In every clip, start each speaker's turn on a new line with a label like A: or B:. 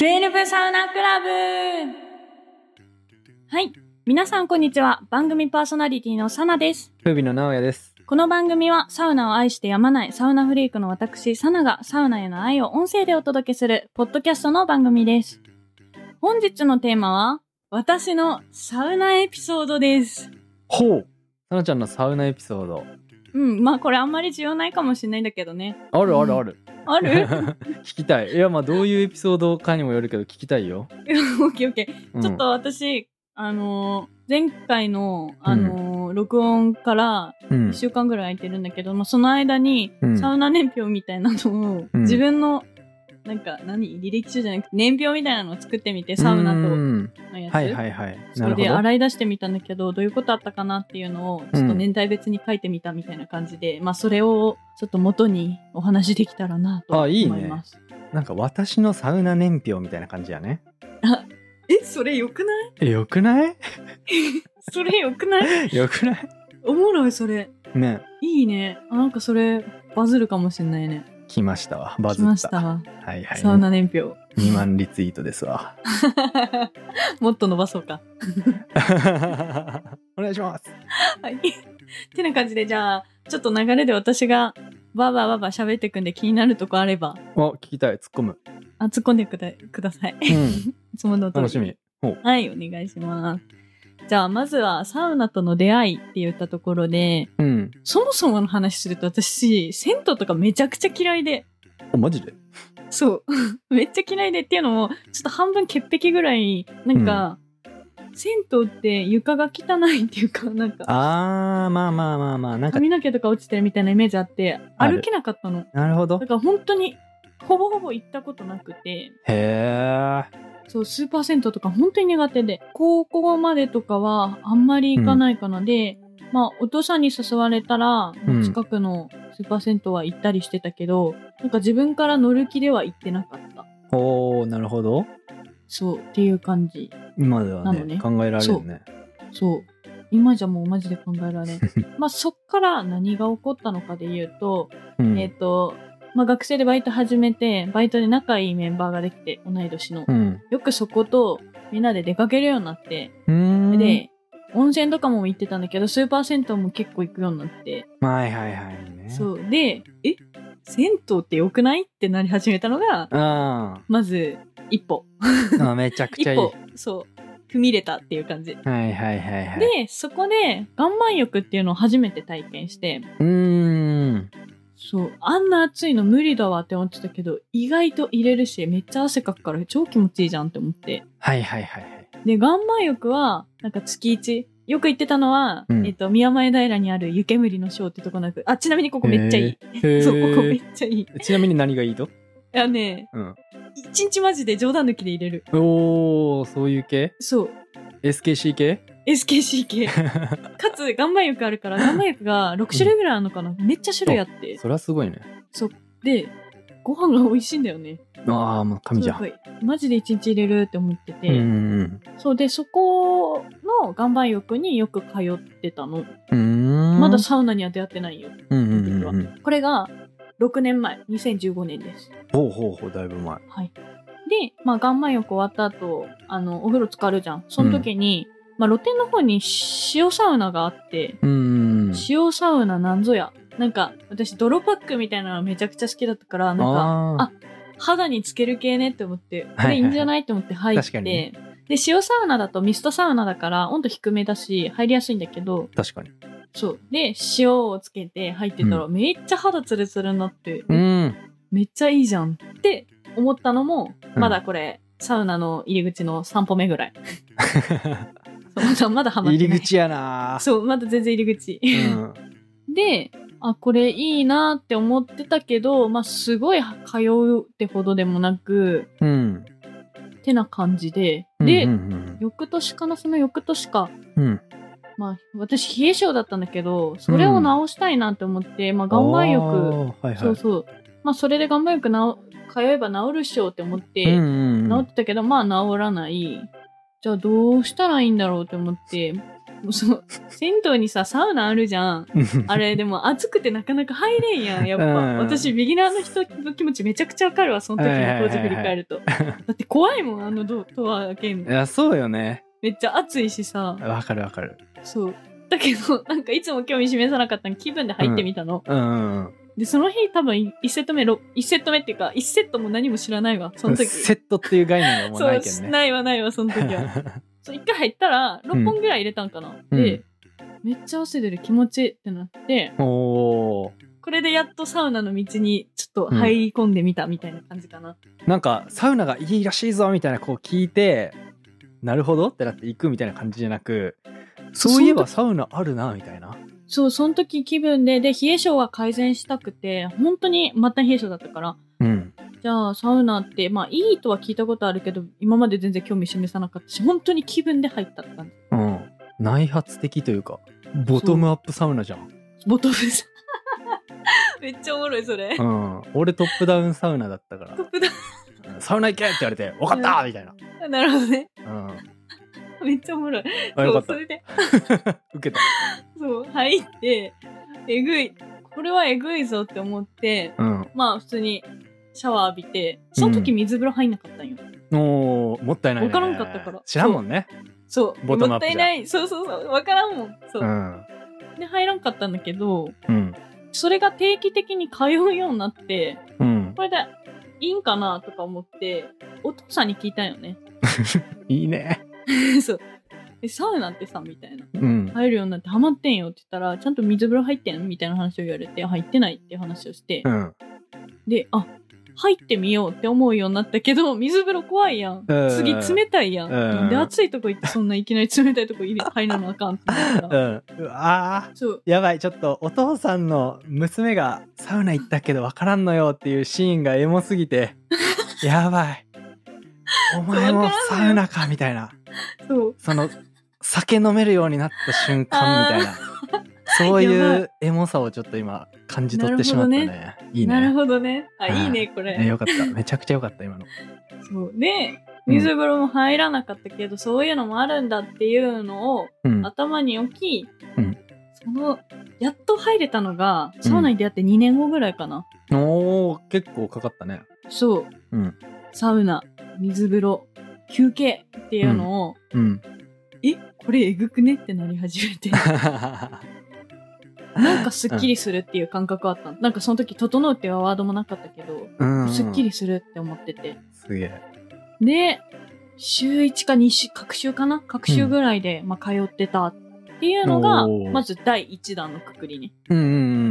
A: 12サウナクラブはい。皆さんこんにちは。番組パーソナリティのサナです。
B: 風美の直哉です。
A: この番組はサウナを愛してやまないサウナフリークの私、サナがサウナへの愛を音声でお届けするポッドキャストの番組です。本日のテーマは、私のサウナエピソードです。
B: ほう。さなちゃんのサウナエピソード。
A: うん、まあこれあんまり需要ないかもしれないんだけどね。
B: あるあるある。
A: ある
B: 聞きたい。いや、まあ、どういうエピソードかにもよるけど、聞きたいよ。
A: オッケーオッケー。
B: うん
A: ちょっと。私、あのー前回の、あのー録音から
B: うん
A: 1。週間ぐらい空いてるんだけども、その間に、
B: うん
A: サウナ年表みたいなのを、
B: うん
A: 自分の、なんか、何履歴書じゃなくて、年表みたいなのを作ってみて、サウナとの
B: うん
A: やつ。
B: はいはいはい。
A: そ
B: な
A: れ
B: るほ
A: で
B: ど。
A: 洗い出してみたんだけど、どういうことあったかなっていうのを、ちょっと年代別に書いてみたみたいな感じで、まあ、それをちょっと元にお話しできたらなと思
B: あいい
A: い
B: ね
A: ます。
B: なんか、私のサウナ年表みたいな感じやね。
A: え、それよくない
B: え、よくない
A: それよくない
B: よくない
A: おもろい、それ。
B: ね。
A: いいね。あなんかそれ、バズるかもしれないね。
B: 来ましたわ。バ
A: 来
B: ズった。
A: ましたわ。
B: はいはい。
A: サウナ年表。
B: 2万リツイートです わ。
A: もっと伸ばそうか。
B: お願いします。
A: はい。てな感じで、じゃあ、ちょっと流れで私が、バーバーバーバー喋ってくんで気になるとこあれば、
B: お、聞きたい。突っ込む。
A: あ、突っ込んでくだください。
B: う ん。
A: いつもの通り
B: 楽し。み。ほう。
A: はい、お願いします。じゃあ、まずは、サウナとの出会いって言ったところで、
B: うん。
A: そもそもの話すると私、銭湯とかめちゃくちゃ嫌いで、
B: お、マジで
A: そう。 めっちゃ嫌いでっていうのも、ちょっと半分潔癖ぐらい、なんか、銭湯って床が汚いっていうか、なんか、
B: あー、まあまあまあまあ。なんか、
A: 髪の毛とか落ちてるみたいなイメージあって、
B: ある
A: 歩けなかったの。
B: なるほど
A: だ。から本当に、ほぼほぼ行ったことなくて、
B: へえ。
A: そう、スーパー銭湯とか本当に苦手で、高校までとかはあんまり行かないかなで、まあ、お父さんに誘われたら、
B: うん
A: 近くのスーパー銭湯は行ったりしてたけど、なんか自分から乗る気では行ってなかった。
B: おおなるほど。
A: そう、っていう感じ。
B: 今では
A: なの
B: ね
A: ね
B: 考えられるね。
A: そう。今じゃもうマジで考え られん。まあそっから何が起こったのかで言うと、
B: うん
A: えっ、と、まあ学生でバイト始めて、バイトで仲いいメンバーができて、同い年の
B: う。ん。
A: よくそことみんなで出かけるようになって、
B: うーん。
A: で、温泉とかも行ってたんだけど、スーパー銭湯も結構行くようになって、
B: はいはいはいね。う。
A: そう。で、え銭湯って良くないってなり始めたのが、
B: あ
A: まず一歩。
B: ーあ。めちゃくちゃ
A: 一
B: いい。
A: 歩
B: は、
A: そう、踏み入れたっていう感じ。
B: いはいはいはい。
A: で、そこで、岩盤浴っていうのを初めて体験して、
B: うーん。
A: そう、あんな暑いの無理だわって思ってたけど、意外と入れるし、めっちゃ汗かくから超気持ちいいじゃんって思って。
B: はいはいはいはい。
A: で、岩盤浴は、なんか月一よく行ってたのは、
B: うん
A: えっと、宮前平にある湯煙のショーってとこなく、あ、ちなみにここめっちゃいい。
B: へ ー
A: そう、ここめっちゃいい。
B: ちなみに何がいいと
A: あのね、
B: うん。
A: 一日マジで冗談抜きで入れる。
B: おー、そういう系
A: そう。
B: ?SKC 系
A: SKC 系。かつ、岩盤浴あるから、岩盤浴が6種類ぐらいあるのかな。めっちゃ種類あって。
B: そりゃすごいね。
A: で、ご飯が美味しいんだよね。
B: ああ、もう神じゃ
A: そ
B: ん。
A: うだからマジで一日入れるって思ってて、
B: うんうん
A: そうでそこの岩盤浴によく通ってたの、
B: うん。
A: まだ
B: そ
A: サウナには出会ってないよ
B: うんうんうんうん。
A: これが6年前2015年です
B: ほうほうほう、だいぶ前。
A: はいで、まあ、岩盤浴終わった後あのお風呂浸かるじゃんその時に、まあ、露店の方に塩サウナがあって
B: うんうんうん。
A: 塩サウナなんぞやなんか私泥パックみたいなのめちゃくちゃ好きだったからなんか
B: あー
A: あ肌につける系ねって思って、
B: い
A: これいいんじゃないって思って入って、
B: 確かにね
A: で、塩サウナだとミストサウナだから温度低めだし、入りやすいんだけど、
B: 確かに。
A: そう。で、塩をつけて入ってたら、めっちゃ肌ツルツルになって、
B: うん。
A: めっちゃいいじゃんって思ったのも、
B: うん
A: まだこれ、サウナの入り口の3歩目ぐらい。そうまだまだハマってない
B: 入り口やなー
A: そう、まだ全然入り口。
B: うん
A: で、あ、これいいなって思ってたけど、まあ、すごい通うってほどでもなく、
B: うん。
A: てな感じで、で、
B: うんうん
A: 翌年かなその翌年か
B: うんうん、
A: まあ私冷え性だったんだけどそれを治したいなって思って、まあ岩盤
B: あ
A: 浴
B: ーはいはい、
A: そうそうまあそれで岩盤浴なお通えば治るっしょって思って、
B: うんうんうん
A: 治ってたけどまあ治らないじゃあどうしたらいいんだろうって思ってそう、銭湯にさ、サウナあるじゃん。
B: うん
A: あれ、で も暑くてなかなか入れんやん、やっぱ。
B: うん
A: 私、ビギナーの人の気持ちめちゃくちゃわかるわ、その時の当時振り返ると。だって怖いもん、あのドドア開けん
B: い
A: の。
B: や、そうよね。
A: めっちゃ暑いしさ。
B: わかるわかる。
A: そう。だけど、 なんかいつも興味示さなかったの気分で入ってみたの。
B: うんうんうん。
A: で、その日多分1セット目、ろ一セット目っていうか、1セットも何も知らないわ、その時。
B: セットっていう概念がもう
A: そう
B: ないけどね。
A: ないわないわ、その時は。 そう一回入ったら、6本ぐらい入れたんかな。
B: うん
A: で、めっちゃ汗出る気持ちいいってなって、
B: おー。
A: これでやっとサウナの道にちょっと入り込んでみたみたいな感じかな。
B: なんか、サウナがいいらしいぞみたいな、こう聞いて、なるほどってなって行くみたいな感じじゃなく、そういえばサウナあるな、みたいな。
A: そう、その時気分で、で、冷え性は改善したくて、本当にまた冷え性だったから、
B: うん。
A: じゃあサウナって、まあいいとは聞いたことあるけど、今まで全然興味示さなかったし、本当に気分で入ったって感じ。
B: うん。内発的というか、ボトムアップサウナじゃん。
A: ボトムさん。 めっちゃおもろい、それ。
B: うん。俺トップダウンサウナだったか
A: トップダ
B: ら、サウナ行けって言われて、わかったみたいな。
A: ウン。なるほどね。
B: うん。
A: めっちゃおもろい。
B: あ、よか
A: そうそ
B: っ、た。
A: れで、
B: 受けた。
A: そう、入って、えぐい。これはえぐいぞって思って、
B: うん。
A: まあ普通にシャワー浴びて、その時水風呂入んなかったんよ。
B: おー、もったいない、
A: わ
B: ね。
A: からんかったから
B: 知らんもんね。
A: そう。
B: ボトム
A: も
B: ア
A: っ
B: ップ
A: たい
B: じゃん
A: ない。そうそうそう。わからんもん。そうう。
B: ん。
A: で、入らんかったんだけど、
B: うん。
A: それが定期的に通うようになって、
B: うん。
A: これでいいんかなとか思って、お父さんに聞いたんよ ね。
B: いいね。
A: そう。え、サウナってさ、みたいな。
B: うん。
A: 入るようになってハマってんよって言ったら、ちゃんと水風呂入ってんみたいな話を言われて、入ってないって話をして
B: う、ん。
A: で、あ、入ってみようって思うようになったけど、水風呂怖いやん
B: うん。
A: 次冷たいやん。
B: うん
A: なんで暑いとこ行ってそんないきなり冷たいとこ入れ入らなあかんってなった
B: う
A: ら。
B: ん。うわー。
A: そう。
B: やばいちょっとお父さんの娘がサウナ行ったけどわからんのよっていうシーンがエモすぎ てやばいお前もサウナかみたいな
A: そう。
B: その酒飲めるようになった瞬間みたいなそう
A: や
B: い
A: ば
B: うエモさをちょっと今感じ取ってしまったね
A: な
B: いいね
A: なるほどね。あ、
B: うん
A: いいね、これ。
B: ねよかっためちゃくちゃよかった今の
A: そう。で、水風呂も入らなかったけど、そういうのもあるんだっていうのを
B: うん
A: 頭に置き、
B: うん
A: その、やっと入れたのが、サウナに出会って2年後ぐらいかな。
B: おー結構かかったね
A: そう。
B: うん
A: サウナ、水風呂、休憩っていうのを、
B: うん
A: え、これえぐくねってなり始めて、なんかすっきりするっていう感覚あったの。なんかその時、整うっていうワードもなかったけど、
B: うん
A: すっきりするって思ってて。
B: すげえ
A: で、週1か2週、各週かな各週ぐらいで、まあ、通ってたっていうのが
B: お、ー
A: まず第1弾のくくりね。
B: うんうん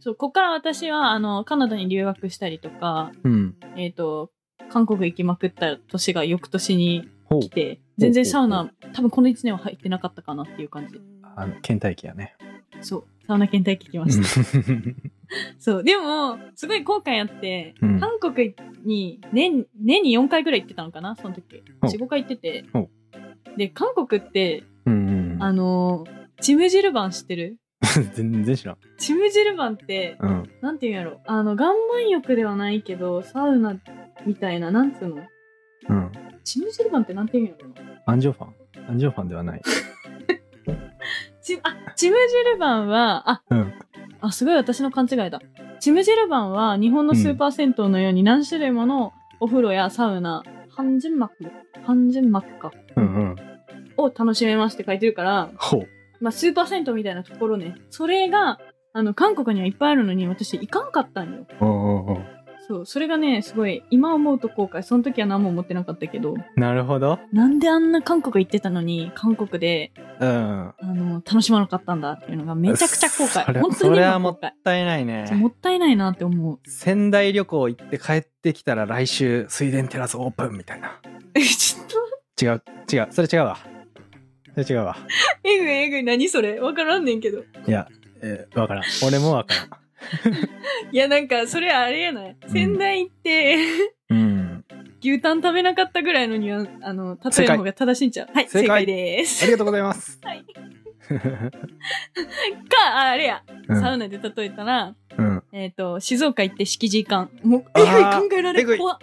A: そう、こっから私は、あの、カナダに留学したりとか、
B: うんうんうん
A: えっ、と、韓国行きまくった年が翌年に
B: ほう
A: 来て、全然サウ
B: ほ
A: ナ、多分この1年は入ってなかったかなっていう感じ。
B: あの倦怠期やね
A: そう、サウナ検体聞きました。 そう、でも、すごい後悔あって、
B: うん
A: 韓国に年、年に4回ぐらい行ってたのかな、その時。
B: ほう
A: 4、5回行ってて
B: ほ。
A: で、韓国って、
B: うん
A: あのーチムジルバン知ってる
B: 全然知らん。
A: チムジルバンって、
B: うん。
A: なんて言うんやろ。あの、岩盤浴ではないけど、サウナみたいな、なんつうの
B: うん。
A: チムジルバンってなんて言うんやろな
B: アンジョファンアンジョファンではない。
A: チあ、チムジルバンは、あ、
B: うん
A: あ、すごい私の勘違いだ。チムジルバンは、日本のスーパー銭湯のように何種類ものお風呂やサウナ、半純膜半純膜か。
B: うんうん。
A: を楽しめますって書いてるから、
B: ほう。
A: まあ、スーパー銭湯みたいなところね。それが、あの、韓国にはいっぱいあるのに、私行かんかったんよ。
B: うんうんうん。
A: そう、それがね、すごい、今思うと後悔、その時は何も思ってなかったけど、
B: なるほど。
A: なんであんな韓国行ってたのに、韓国で、
B: うん。もっ
A: あの、楽しまなかったんだっていうのがめちゃくちゃ後
B: そ
A: 悔。
B: れ
A: 本当に
B: それ
A: 今
B: は
A: 後
B: も
A: 悔。
B: たいない
A: そうも
B: ね。
A: ったいないなって思う。
B: 仙台旅行行って帰ってきたら来週水田テラスオープンみたいな。
A: え、ちょっと、
B: 違う違う。それ違うわ。それ違うわ。
A: えぐいえぐい、何それわからんねんけど。
B: いや、えーわからん。俺もわか
A: いや、なんか、それあれやない。仙台行って、
B: らん。うん。
A: 牛タン食べなかったぐらいのには、あの、例えの方が正しいんちゃうはい、
B: 正解
A: 正解です。
B: ありがとうございます。
A: はいか、ああれや、
B: うん
A: サウナで例えたら、
B: うん。
A: えっ、と、静岡行って敷地館。もう、
B: あ
A: えぐい
B: ー
A: 考えられ
B: えぐ
A: る。
B: い
A: 怖っ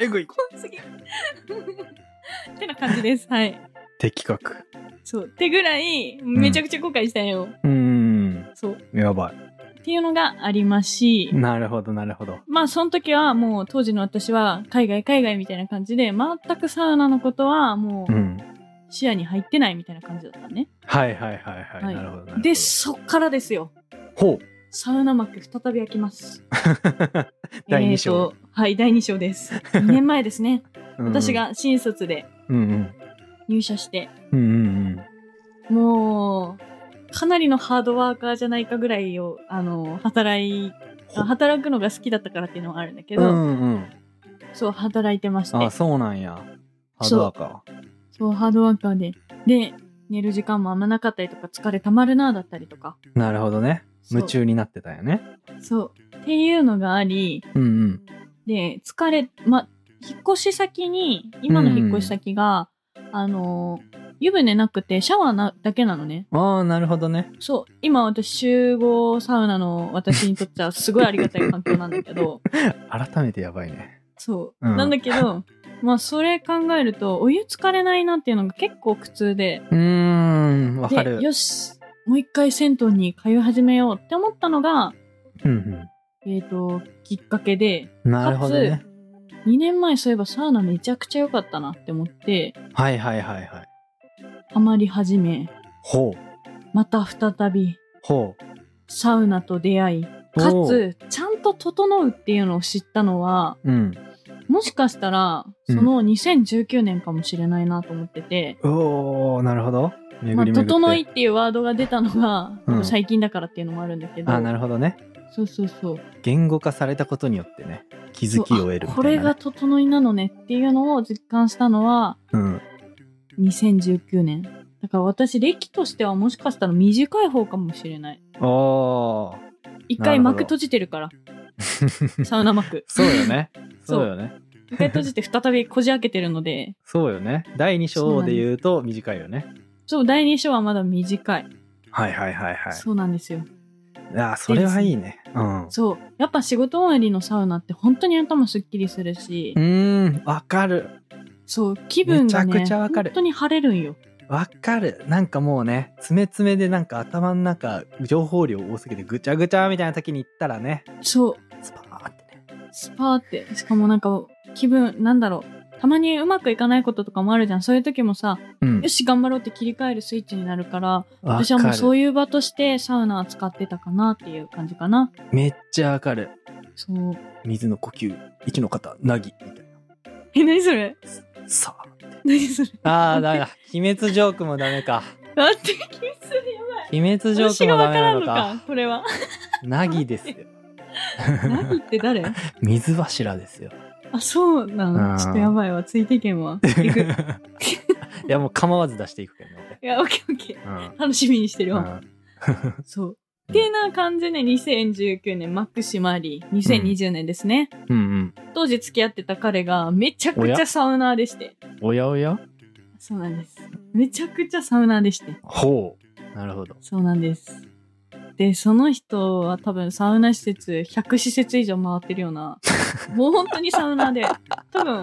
B: えぐい。
A: 怖すぎ。ってな感じです。はい。
B: 的確
A: そう。ってぐらい、めちゃくちゃ後悔したよ。
B: うーん
A: そう。
B: やばい
A: っていうのがありますし、
B: なるほどなるほど
A: まあその時はもう当時の私は海外海外みたいな感じで、全くサウナのことはも
B: う
A: うん視野に入ってないみたいな感じだったね。
B: はいはいはいはい、
A: はい
B: なるほどなるほど
A: で、そっからですよ。
B: ほう
A: サウナ幕再び開きます。
B: 第2章、
A: えーとはい、第2章 です。2年前ですね。
B: うんうん
A: 私が新卒で
B: うんうん
A: 入社して、
B: うんうん
A: もう、かなりのハードワーカーじゃないかぐらいを、あの、働い、
B: ほ
A: 働くのが好きだったからっていうのはあるんだけ
B: う
A: ど、
B: んうん
A: そう、働いてまし
B: あ
A: て。
B: そうなんやハー
A: そう
B: ドワーカ
A: そう、ハードワーカーで。で、寝る時間もあんまなかったりとか、疲れたまるな、だったりとか。
B: ーなるほどね
A: そう
B: 夢。中になってたよね
A: そう。っていうのがあり、
B: うんうん
A: で、疲れ、ま、引っ越し先に、今の引っ越し先が、あの、湯船なくてシャワーなだけなのね。
B: ああなるほどね
A: そう。今私、集合サウナの私にとってはすごいありがたい環境なんだけ ど、
B: 改めてやばいね
A: そう。
B: うん
A: なんだけど、まあ、それ考えると、お湯疲れないなっていうのが結構苦痛で、
B: うーんわか
A: で
B: る
A: よしもう一回銭湯に通い始めようって思ったのが、
B: うん
A: えー、ときっかけで
B: うんなるほどね
A: 2年前そういえばサウナめちゃくちゃ良かったなって思って
B: はいはいはいはい
A: ハマり始め
B: ほう
A: また再び
B: ほ
A: サウナと出会いうか
B: おー
A: つちゃんと整うっていうのを知ったのは
B: うん
A: もしかしたらその2019年かもしれないなと思ってて。
B: おおなるほど
A: ま
B: 巡
A: あ、
B: り巡って、
A: 整いっていうワードが出たのが、
B: うん
A: 最近だからっていうのもあるんだけど
B: あなるほどね
A: そうそうそう
B: 言語化されたことによってね気づきを得るみたいなね
A: これが整いなのねっていうのを実感したのは
B: うん
A: 2019年だから私歴としてはもしかしたら短い方かもしれない
B: おー
A: 一
B: な
A: 回
B: るほど
A: 幕閉じてる からサウナ幕
B: そうよね
A: そう
B: そうよね
A: 一回閉じて再びこじ開けてるので
B: そうよね第2章で言うと短いよね
A: そう第2章はまだ短い、
B: はいはいはいは
A: そうなんですよ
B: いあそれはいいねうんう
A: そうやっぱ仕事終わりのサウナって本当に頭すっきりするし、
B: ーんわかる
A: そう気分が
B: めちゃ
A: ね
B: くちゃわ
A: 本
B: かる
A: 当に晴れるんよ
B: わかるなんかもうね詰め詰めでなんか頭の中情報量多すぎてぐちゃぐちゃみたいな時に行ったらね
A: そう
B: スパーってね
A: スパーって、しかもなんか気分、なんだろう。たまにうまくいかないこととかもあるじゃん。そういう時もさ、
B: うん
A: よし、頑張ろうって切り替えるスイッチになるから、
B: わ
A: 私はも
B: か
A: うそ
B: る
A: ういう場としてサウナは使ってたかなっていう感じかな。
B: めっちゃわかる
A: そう。
B: 水の呼吸息の方なぎみたい
A: え、何それ
B: なさあ
A: 何それ
B: あー だだ鬼滅ジョークもダメか
A: 待って、気にするや
B: 鬼滅ジ
A: ばい。
B: ョー
A: 私
B: ク
A: が
B: もダ
A: わ
B: メ
A: か
B: な
A: らん
B: の
A: の
B: か
A: か、これは。
B: なぎですよ
A: 何って 誰
B: 水柱ですよ
A: あ、そうな
B: う
A: の。
B: ん
A: ちょっとやばいわ。ついていけん わ。行く。い
B: いやもう構わず出していくけどね
A: や、オッケーオッケ
B: 俺
A: ー。楽しみにしてる
B: うん、う
A: わ。
B: ん、
A: そう。ってな感じで2019年マックシマリー、2020年ですね。
B: うん
A: 当時付き合ってた彼がめちゃく
B: お
A: ちゃ
B: や
A: サウナーでして
B: うんおやおや
A: そうなんですめちゃくちゃサウナーでして
B: ほうなるほど
A: そうなんですでその人は多分サウナ施設100施設以上回ってるようなもう本当にサウナーで多分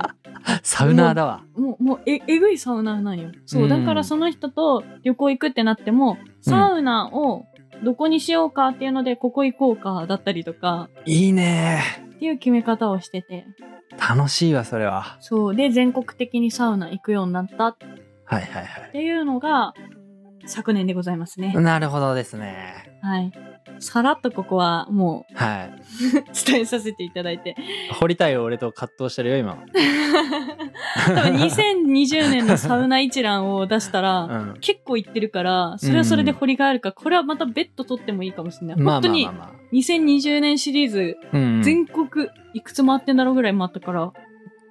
B: サウナーだわ
A: もうもうええぐいサウナーなんよそう、
B: うん
A: だからその人と旅行行くってなってもサウナをどこにしようかっていうので、ここ行こうかだったりとか
B: いいね
A: っていう決め方をしてて
B: 楽しいわそれは
A: そうで全国的にサウナ行くようになった
B: はいはいは
A: っていうのが昨年でございますね
B: い。なるほどですね
A: はい。さらっとここはも
B: は
A: う 伝えさせていただいて。
B: い掘りたいよ俺と葛藤してるよ今
A: 多分2020年のサウナ一覧を出したら、
B: うん
A: 結構行ってるから、それはそれで掘りがあるから、これはまた別途取ってもいいかもしれない。
B: まあ
A: 本当
B: まあ
A: に
B: まあまあ
A: 2020年シリーズ、
B: うんうん
A: 全国いくつ回ってんだろうぐらい回ったから、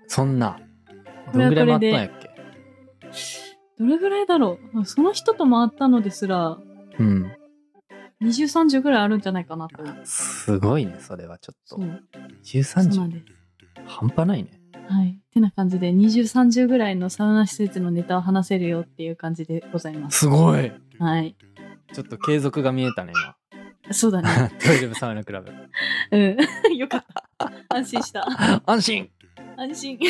B: そんな
A: こ
B: ど
A: れは
B: ん
A: こ
B: ぐら
A: れで
B: い待ったんやっけ
A: どれぐらいだろうその人と回ったのですら、
B: うん
A: 20、30ぐらいあるんじゃないかなと思う。
B: すごいねそれはちょっ
A: そ
B: と
A: う。そうなん
B: 13
A: です。
B: 時半端ないね
A: はい。てな感じで、20、30ぐらいのサウナ施設のネタを話せるよっていう感じでござい ます。
B: すごい
A: はい。
B: ちょっと継続が見えたね
A: そうだね。
B: 今トイレブサウナクラ ブ
A: うん。よかった。安心した。
B: 安心
A: 安心。で、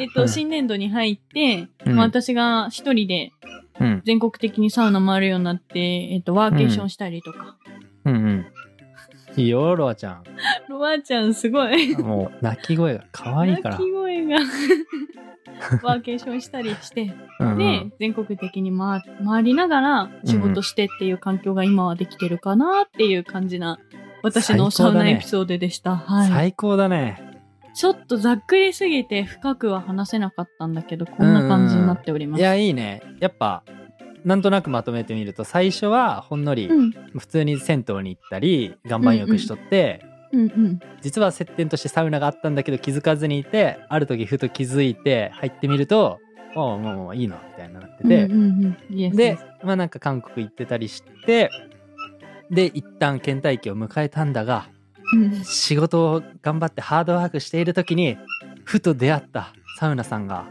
A: えっと、
B: うん
A: 新年度に入って、
B: うん
A: まあ、私が一人で
B: うん
A: 全国的にサウナ回るようになって、えっと、ワーケーションしたりとか。
B: うんうんいいよロアちゃん
A: ロワちゃんすごい。
B: もう泣き声が可愛いから
A: 鳴き声 がワーケーションしたりして、
B: うんう
A: で
B: ん、
A: 全国的に回回りながら仕事してっていう環境が今はできてるかなっていう感じな私のサウ
B: 最高だ
A: ナ
B: ね
A: エピソードでした。はい。
B: 最高だね
A: ちょっとざっくりすぎて深くは話せなかったんだけど、こんな感じになっておりま
B: い
A: す。
B: やいいねやっぱなんとなくまとめてみると最初はほんのり
A: うん、
B: 普通に銭湯に行ったり岩盤浴しとって、
A: うん、うん。
B: 実は接点としてサウナがあったんだけど気づかずにいてある時ふと気づいて入ってみると「おうもうもういいの」みたいになってて、
A: うんうんうん、イエス
B: で、まあなんか韓国行ってたりしてで一旦倦怠期を迎えたんだが
A: うん
B: 仕事を頑張ってハードワークしている時にふと出会ったサウナさんが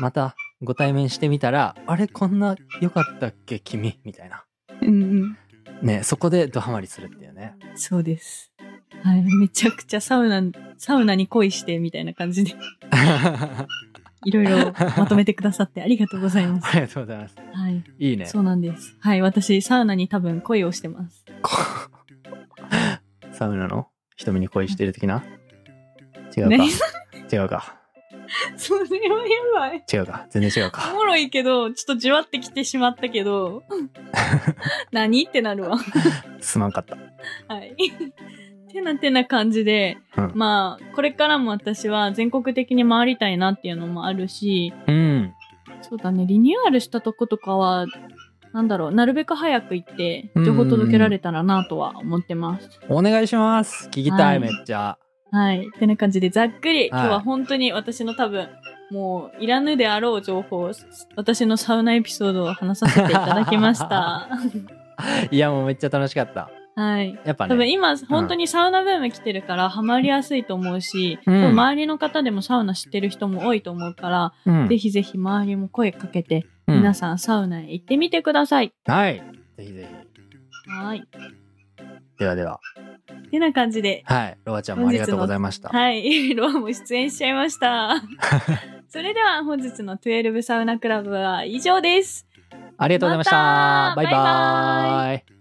B: またご対面してみたら「あれこんな良かったっけ君」みたいな。
A: うん
B: ね、そこでドハマりするっていうね。
A: うん、そうです。はい、めちゃくちゃサウナ、サウナに恋してみたいな感 じで、
B: あ
A: いろいろまとめてくださってありがとうございます。
B: りがとうございます。
A: はい。
B: いいね。
A: そうなんです。はい、私、サウナに多分恋をしてます。
B: こうサウナの瞳に恋している的な違うか
A: 何
B: 違うか
A: それはやばい。
B: 違うか全然違う
A: お
B: か
A: もろいけど、ちょっとじわってきてしまったけ ど、何ってなるわ。
B: すまんかった
A: はい。てなてな感じで、
B: うん
A: まあ、これからも私は全国的に回りたいなっていうのもあるし、
B: うん
A: そうだね、リニューアルしたとことかは、なんだろう、なるべく早く行って、情報届けられたらなとは思ってます。
B: お願いします聞きた
A: はいい
B: めっちゃ
A: はい。てな感じで、ざっくり、今日
B: は
A: はい本当に私の多分、もう、いらぬであろう情報、私のサウナエピソードを話させていただきました。
B: いやもうめっちゃ楽しかった
A: はい。
B: やっぱ
A: 多分
B: ね
A: 今、本当にサウナブーム来てるから、ハマりやすいと思うし、
B: うん
A: 多分周りの方でもサウナ知ってる人も多いと思うから、
B: うん
A: ぜひぜひ周りも声かけて、
B: うん
A: 皆さんサウナへ行ってみてください。
B: はいぜひぜひ
A: はい。
B: ではでは
A: てな感じで、
B: はいロアちゃんもありがとうございました
A: はい。 ロアも出演しちゃいま した。それでは本日の12サウナクラブは以上です。
B: ありがとうございました
A: また
B: バイバーイ